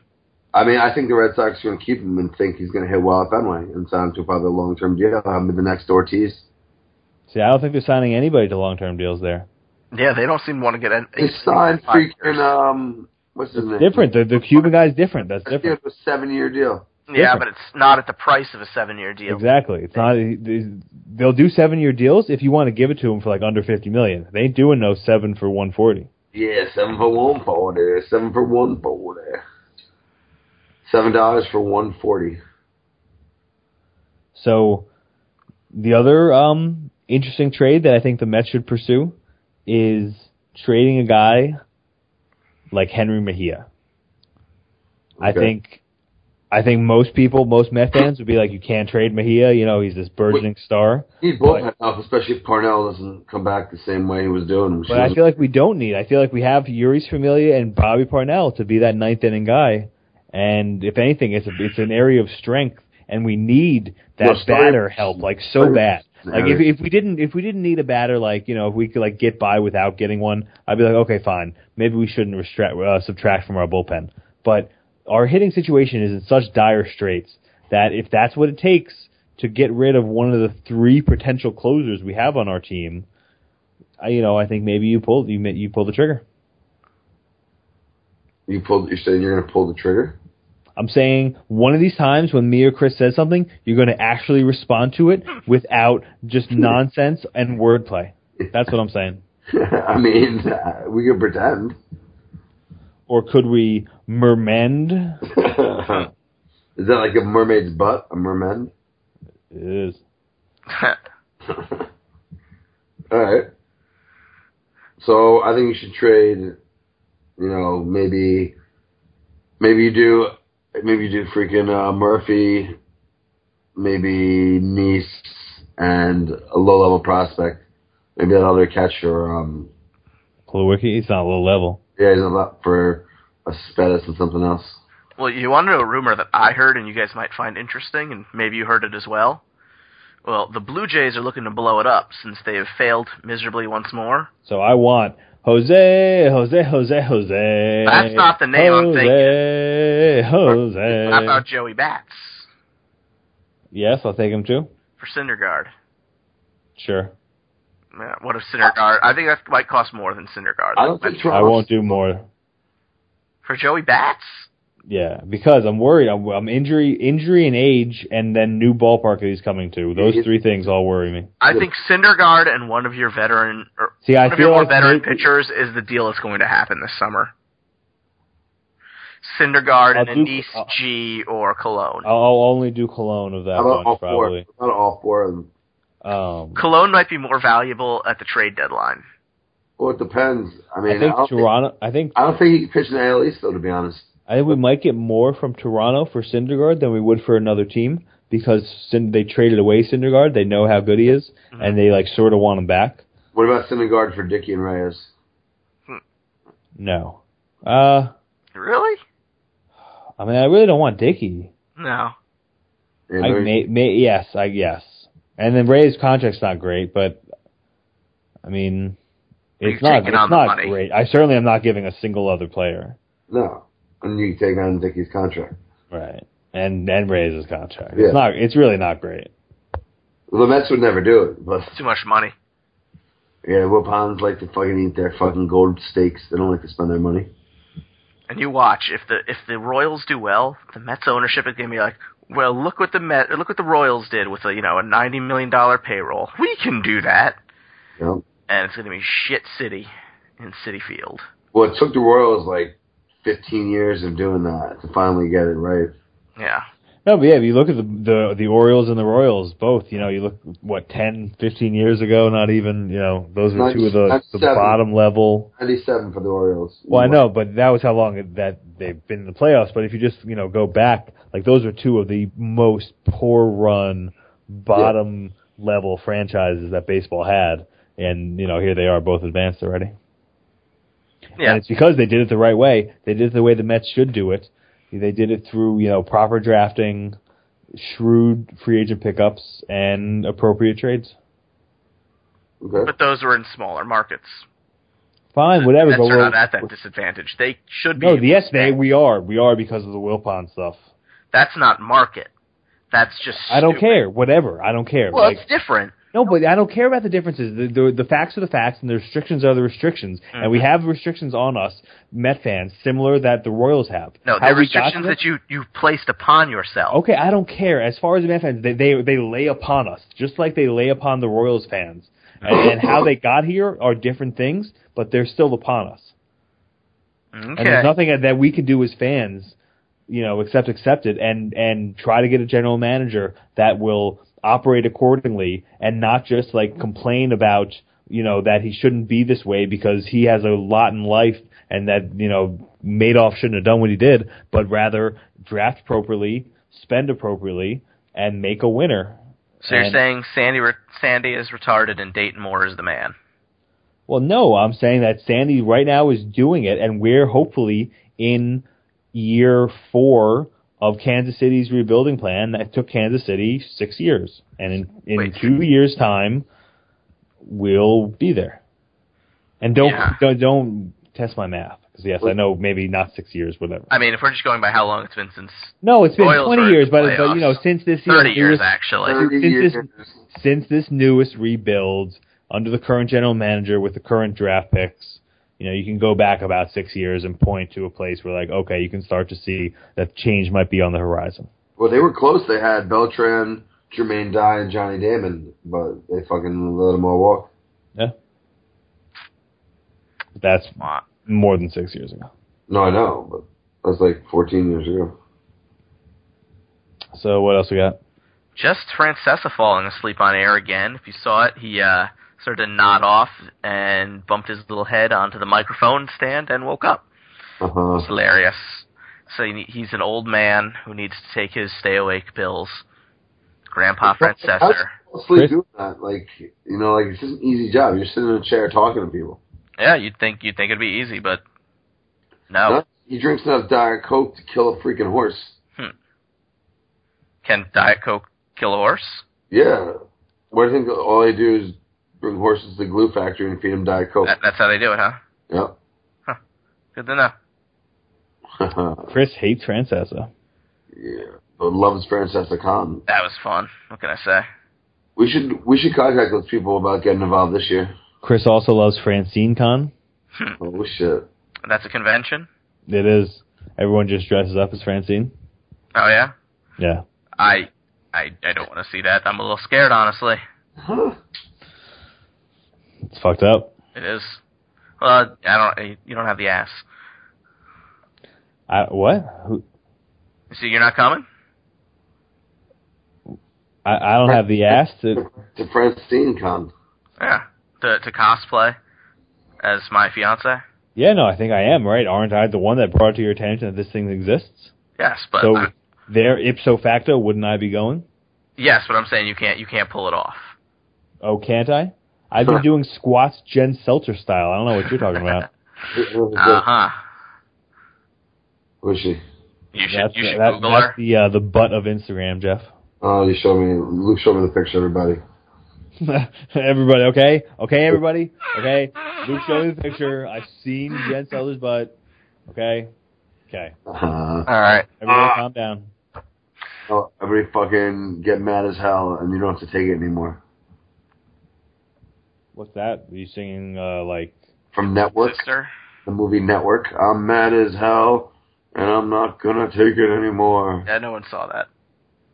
S3: I mean, I think the Red Sox are going to keep him and think he's going to hit well at Fenway and sign him to probably a long term deal. I mean, the next Ortiz.
S1: See, I don't think they're signing anybody to long term deals there.
S2: Yeah, they don't seem to want to get in.
S3: They signed freaking um, what's his name?
S1: Different. The, the Cuban guy's different. That's different.
S3: It was a seven year deal.
S2: Yeah, but it's not at the price of a seven-year deal.
S1: Exactly. It's not. e, They'll do seven-year deals if you want to give it to them for like under fifty million. They ain't doing no seven for one forty.
S3: Yeah, seven for one forty. Seven for one forty. Seven dollars for one forty.
S1: So, the other um, interesting trade that I think the Mets should pursue is trading a guy like Henry Mejia. I
S3: Okay.
S1: think, I think most people, most Met fans would be like, you can't trade Mejia. You know, he's this burgeoning star.
S3: He bullpen up, especially if Parnell doesn't come back the same way he was doing. which
S1: But I
S3: was-
S1: feel like we don't need. I feel like we have Yuri's Familia and Bobby Parnell to be that ninth inning guy. And if anything, it's a, it's an area of strength, and we need that
S3: Well, Story-
S1: batter help like so
S3: Story-
S1: bad. Like if if we didn't if we didn't need a batter like you know if we could like get by without getting one, I'd be like okay fine maybe we shouldn't restract, uh, subtract from our bullpen. But our hitting situation is in such dire straits that if that's what it takes to get rid of one of the three potential closers we have on our team, I, you know, I think maybe you pulled you ma- you pulled the trigger.
S3: you pulled. You're saying you're going to pull the trigger.
S1: I'm saying one of these times when me or Chris says something, you're going to actually respond to it without just nonsense and wordplay. That's what I'm saying.
S3: I mean, uh, we could pretend.
S1: Or could we mermend?
S3: Is that like a mermaid's butt? A merman?
S1: It is.
S3: All right. So I think you should trade. You know, maybe, maybe you do, maybe you do freaking uh, Murphy, maybe Nice and a low-level prospect, maybe that other catcher. Um,
S1: Kulwicki, it's not a low level.
S3: yeah, he's a lot for a Spettis and something else.
S2: Well, you want to know a rumor that I heard and you guys might find interesting, and maybe you heard it as well? Well, the Blue Jays are looking to blow it up since they have failed miserably once more.
S1: So I want Jose, Jose, Jose, Jose.
S2: That's not the name I'm
S1: Jose, Jose.
S2: How about Joey Bats
S1: yes, I'll take him too.
S2: for Syndergaard?
S1: Sure.
S2: Yeah, What if Syndergaard? I think that might cost more than Syndergaard.
S3: I don't think Toronto.
S1: I won't do more.
S2: for Joey Bats.
S1: Yeah, because I'm worried. I'm, I'm injury, injury, and age, and then new ballpark that he's coming to. Those
S3: Yeah.
S1: three things all worry me.
S2: I think Syndergaard and one of your veteran, or
S1: See, I
S2: one of your
S1: feel
S2: more
S1: like
S2: veteran
S1: maybe-
S2: pitchers is the deal that's going to happen this summer. Syndergaard
S1: I'll
S2: and
S1: do-
S2: Anise
S1: I'll-
S2: G or Cologne.
S1: I'll, I'll only do Cologne of that
S3: How about all
S1: bunch,
S3: four?
S1: probably.
S3: How about all four of them?
S1: Um,
S2: Cologne might be more valuable at the trade deadline.
S3: Well, it depends. I
S1: I
S3: mean, I,
S1: think
S3: don't, think,
S1: Toronto. I think
S3: I don't think he could pitch in the AL East, though, to be honest.
S1: I think we might get more from Toronto for Syndergaard than we would for another team because Syn- they traded away Syndergaard. They know how good he is, and they like sort of want him back.
S3: What about Syndergaard for Dickey and Reyes?
S1: No, uh,
S2: Really?
S1: I mean, I really don't want Dickey.
S2: No.
S3: And
S1: I
S3: they're-
S1: may, may, yes, I yes. And then Ray's contract's not great, but I mean,
S2: You're
S1: it's not
S2: taking
S1: it's
S2: on the
S1: not
S2: money.
S1: great. I certainly am not giving a single other player.
S3: no. And you take on Dickey's contract.
S1: Right. And and Ray's contract.
S3: Yeah.
S1: It's not. It's really not great.
S3: Well, the Mets would never do it, but
S2: Too much money.
S3: yeah, Will Ponds like to fucking eat their fucking gold steaks. They don't like to spend their money.
S2: And you watch if the if the Royals do well, the Mets ownership is going to be like, well, look what the Met, look what the Royals did with a you know a ninety million dollar payroll. We can do that,
S3: You know?
S2: and it's going to be shit city in City Field.
S3: Well, it took the Royals like 15 years of doing that to finally get it right.
S2: Yeah.
S1: No, but yeah, if you look at the, the the Orioles and the Royals, both, you know, you look what 10, 15 years ago, not even, you know, those were two of the,
S3: Ninety-
S1: the
S3: ninety-seven. Mm.
S1: bottom level
S3: 97 for the Orioles.
S1: Well, I know, but that was how long it- that they've been in the playoffs. But if you just you know go back, like those are two of the most poor run, bottom level franchises that baseball had, and you know here they are, both advanced already.
S2: Yeah.
S1: And it's because they did it the right way. They did it the way the Mets should do it. They did it through you know proper drafting, shrewd free agent pickups, and appropriate trades.
S3: Okay.
S2: But those were in smaller markets.
S1: Fine, whatever.
S2: That's
S1: but we're,
S2: not at that disadvantage. They should be.
S1: no,
S2: able
S1: the
S2: to
S1: yes, they
S2: stay.
S1: we are, we are because of the Wilpon stuff.
S2: That's not market. That's just. Stupid.
S1: I don't care. Whatever. I don't care.
S2: Well,
S1: like,
S2: it's different.
S1: No, but I don't care about the differences. The, the the facts are the facts, and the restrictions are the restrictions. And we
S2: Mm-hmm.
S1: have restrictions on us, Met fans, similar that the Royals have.
S2: No,
S1: How
S2: they're
S1: we got
S2: restrictions
S1: to this-
S2: that you you placed upon yourself.
S1: Okay, I don't care. As far as the Met fans, they, they they lay upon us, just like they lay upon the Royals fans. And, and how they got here are different things, but they're still upon us. Oh, And
S2: Okay.
S1: there's nothing that we can do as fans, you know, except accept it and and try to get a general manager that will operate accordingly and not just like complain about you know that he shouldn't be this way because he has a lot in life and that you know Madoff shouldn't have done what he did, but rather draft appropriately, spend appropriately, and make a winner.
S2: so you're
S1: and-
S2: saying Sandy re- Sandy is retarded and Dayton Moore is the man.
S1: Well, no, I'm saying that Sandy right now is doing it, and we're hopefully in year four of Kansas City's rebuilding plan that took Kansas City six years, and in, in
S2: Wait.
S1: two years' time, we'll be there. And don't
S2: Yeah.
S1: don't, don't test my math because yes, I
S3: Wait.
S1: know maybe not six years, whatever.
S2: I mean, if we're just going by how long it's been since
S1: No, it's been
S2: Royals are
S1: twenty
S2: in
S1: years,
S2: the
S1: but, but
S2: playoffs.
S1: you know since this year,
S2: thirty years
S1: newest-
S2: actually.
S3: Thirty
S1: Since
S3: years.
S1: this- since this newest rebuild under the current general manager with the current draft picks, you know, you can go back about six years and point to a place where like, okay, you can start to see that change might be on the horizon.
S3: Well, they were close. They had Beltran, Jermaine Dye, and Johnny Damon, but they fucking let them all walk.
S1: That's
S2: Wow.
S1: more than six years ago.
S3: No, I know, but that was like 14 years ago.
S1: So what else we got?
S2: Just Francesa falling asleep on air again. If you saw it, he uh, started to nod off and bumped his little head onto the microphone stand and woke up. It's
S3: Uh-huh.
S2: hilarious. So he, he's an old man who needs to take his stay awake pills. Grandpa
S3: How's
S2: Francesa.
S3: mostly
S1: Chris?
S3: doing that? Like, you know, like, it's just an easy job. You're sitting in a chair talking to people.
S2: Yeah, you'd think you'd think it'd be easy, but no.
S3: Huh? He drinks enough Diet Coke to kill a freaking horse.
S2: Can Diet Coke kill a horse?
S3: Yeah. What do you think all they do is bring horses to the glue factory and feed them Diet
S1: Oh.
S3: Coke?
S2: That, that's how they do it, huh?
S3: Yep.
S2: Good to know.
S1: Chris hates Francesa.
S3: yeah. But loves francesa.com.
S2: That was fun. What can I say?
S3: We should we should contact those people about getting involved this year.
S1: Chris also loves Francine Con.
S3: Oh shit.
S2: That's a convention.
S1: It is everyone just dresses up as Francine.
S2: Oh yeah.
S1: Yeah.
S2: I I I don't want to see that. I'm a little scared, honestly.
S3: Huh?
S1: It's fucked up.
S2: It is. Well, I don't. eh, You don't have the ass.
S1: I what? Who,
S2: See, you're not coming.
S1: I, I don't have the ass to
S3: To Francine Con.
S2: Yeah. To to cosplay as my fiance.
S1: Yeah, no, I think I am, right? Aren't I the one that brought to your attention that this thing exists?
S2: Yes, but
S1: So
S2: I'm-
S1: there, ipso facto, wouldn't I be going?
S2: yes, but I'm saying you can't you can't pull it off.
S1: Oh, can't I? I've been doing squats Jen Seltzer style. I don't know what you're talking about.
S2: Uh huh.
S3: Who is she?
S2: You should
S1: That's,
S2: you should
S1: that-
S2: Google
S1: that's
S2: her.
S1: the uh, the butt of Instagram, Jeff.
S3: Oh, you showed me Luke showed me the picture, everybody.
S1: everybody, okay, okay, everybody, okay. Luke, show me the picture. I've seen Jen Seltzer's butt. Okay, okay.
S3: Uh,
S2: All right.
S1: Everybody,
S2: Ah.
S1: calm down.
S3: oh, everybody fucking get mad as hell and you don't have to take it anymore.
S1: What's that? Are you singing uh, like?
S3: From Network,
S2: Sister.
S3: the movie Network. I'm mad as hell and I'm not gonna take it anymore.
S2: Yeah, no one saw that.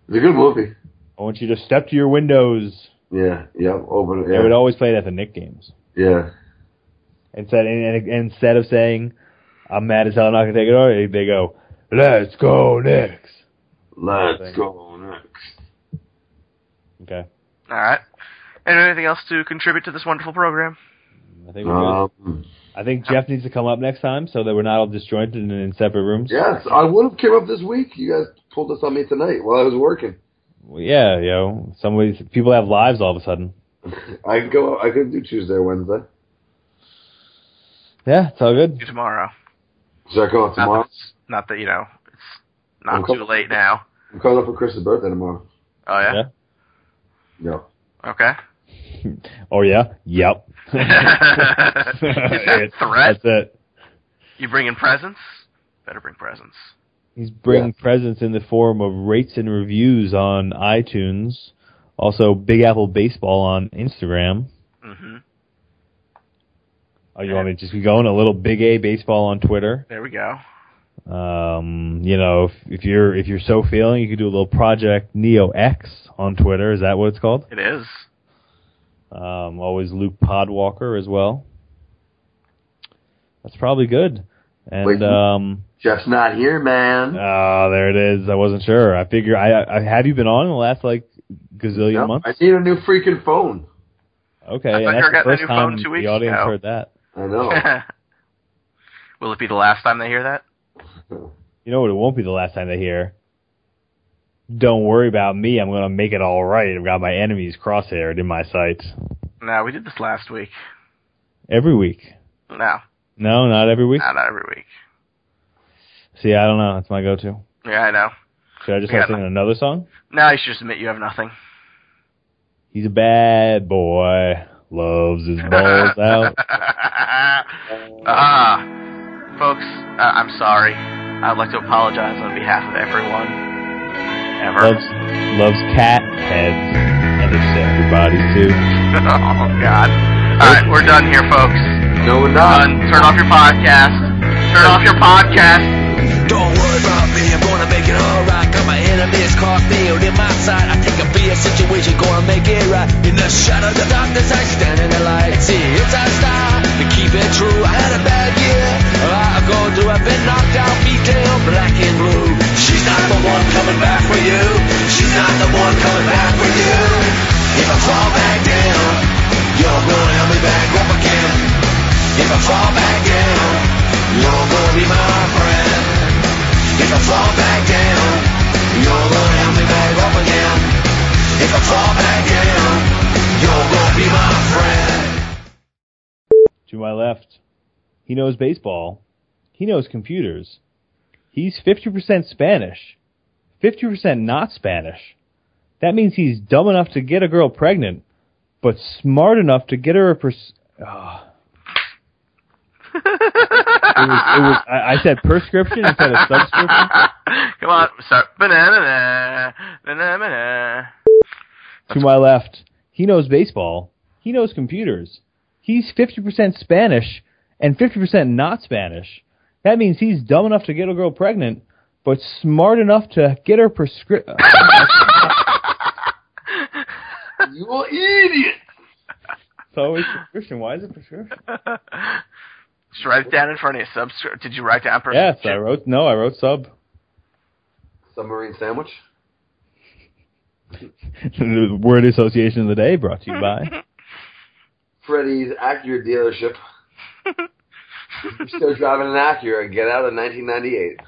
S3: It's a good movie.
S1: I want you to step to your windows.
S3: Yeah, yeah, open it.
S1: They would
S3: Yeah.
S1: always play it at the Nick games.
S3: yeah.
S1: Instead, and, and, and instead of saying, "I'm mad as hell, I'm not gonna take it," over," they go, "Let's go Knicks."
S3: Let's go next.
S1: Okay,
S2: All right. And anything else to contribute to this wonderful program?
S1: I think we're good.
S3: Um,
S1: I think Jeff needs to come up next time so that we're not all disjointed and in separate rooms.
S3: yes, I would have came up this week. You guys pulled this on me tonight while I was working.
S1: Well, yeah, you know, some of these people have lives all of a sudden.
S3: I could go. I could do Tuesday, or Wednesday.
S1: Yeah, it's all good.
S2: Do tomorrow.
S3: Should I come
S2: Not
S3: up tomorrow?
S2: that, it's- not that you know, it's not
S3: Okay.
S2: too late now.
S3: I'm coming up for Chris's birthday tomorrow.
S2: Oh yeah.
S3: No.
S2: Okay.
S1: oh yeah, yep.
S2: that threat?
S1: That's it.
S2: You bring in presents? Better bring presents.
S1: He's bringing presents in the form of rates and reviews on iTunes. Also, Big Apple Baseball on Instagram.
S2: hmm
S1: Oh, you want me to just be going a little Big A Baseball on Twitter?
S2: There we go.
S1: Um, you know, if, if you're if you're so feeling, you could do a little Project Neo X on Twitter. Is that what it's called?
S2: It is.
S1: Um, always Luke Podwalker as well. That's probably good.
S3: Wait.
S1: And um,
S3: Jeff's not here, man.
S1: ah, there it is. I wasn't sure. I figure I, I have you been on in the last like gazillion
S3: No,
S1: months?
S3: I need a new freaking phone.
S1: Okay,
S2: I
S1: and
S2: thought
S1: that's
S2: you
S1: the
S2: got the
S1: first
S2: new phone
S1: time
S2: two
S1: the
S2: weeks
S1: audience
S2: ago.
S1: heard that.
S3: I know.
S2: Will it be the last time they hear that?
S1: You know what? It won't be the last time they hear. Don't worry about me. I'm gonna make it all right. I've got my enemies crosshaired in my sights
S2: No, we did this last week.
S1: every week.
S2: No,
S1: No, not every week.
S2: no, not every week.
S1: See, I don't know. That's my go-to.
S2: Yeah, I know.
S1: Should I just
S2: Yeah,
S1: start singing another song?
S2: Now you should just admit you have nothing.
S1: He's a bad boy. Loves his balls out.
S2: ah, folks, uh, I'm sorry. I'd like to apologize on behalf of everyone. Ever.
S1: Loves loves cat heads and extended bodies too.
S2: oh God. All right, we're done here, folks.
S3: No, we're not.
S2: Done. Turn off your podcast. Turn off your podcast.
S4: Don't worry about me, I'm gonna make it alright. Got my enemies caught nailed in my side. I think I'll be a situation, gonna make it right. In the shadow, the darkness, I stand in the light. See, it's our style to keep it true. I had a bad year, I've gone through. I've been knocked out, beat down, black and blue. She's not the one coming back for you. She's not the one coming back for you. If I fall back down, you're gonna help me back up again. If I fall back down, you're gonna be my friend. If I fall back down, you're gonna help me back up again. If I fall back down, you're gonna be my friend.
S1: To my left, he knows baseball. He knows computers. He's 50% Spanish, 50% not Spanish. That means he's dumb enough to get a girl pregnant, but smart enough to get her a pers- Ugh. it was, it was, I, I said prescription instead of subscription.
S2: Come on, start. Banana, banana, banana.
S1: to my left, he knows baseball. He knows computers. He's 50% Spanish and 50% not Spanish. That means he's dumb enough to get a girl pregnant, but smart enough to get her uh, prescription.
S3: You idiot.
S1: it's always prescription. Why is it prescription?
S2: Just write it down in front of you. Subscribe. Did you write down per?
S1: Yes, I wrote. No, I wrote sub.
S3: Submarine sandwich.
S1: the word association of the day brought to you by.
S3: Freddy's Acura dealership. If you're still driving an Acura, get out of 1998.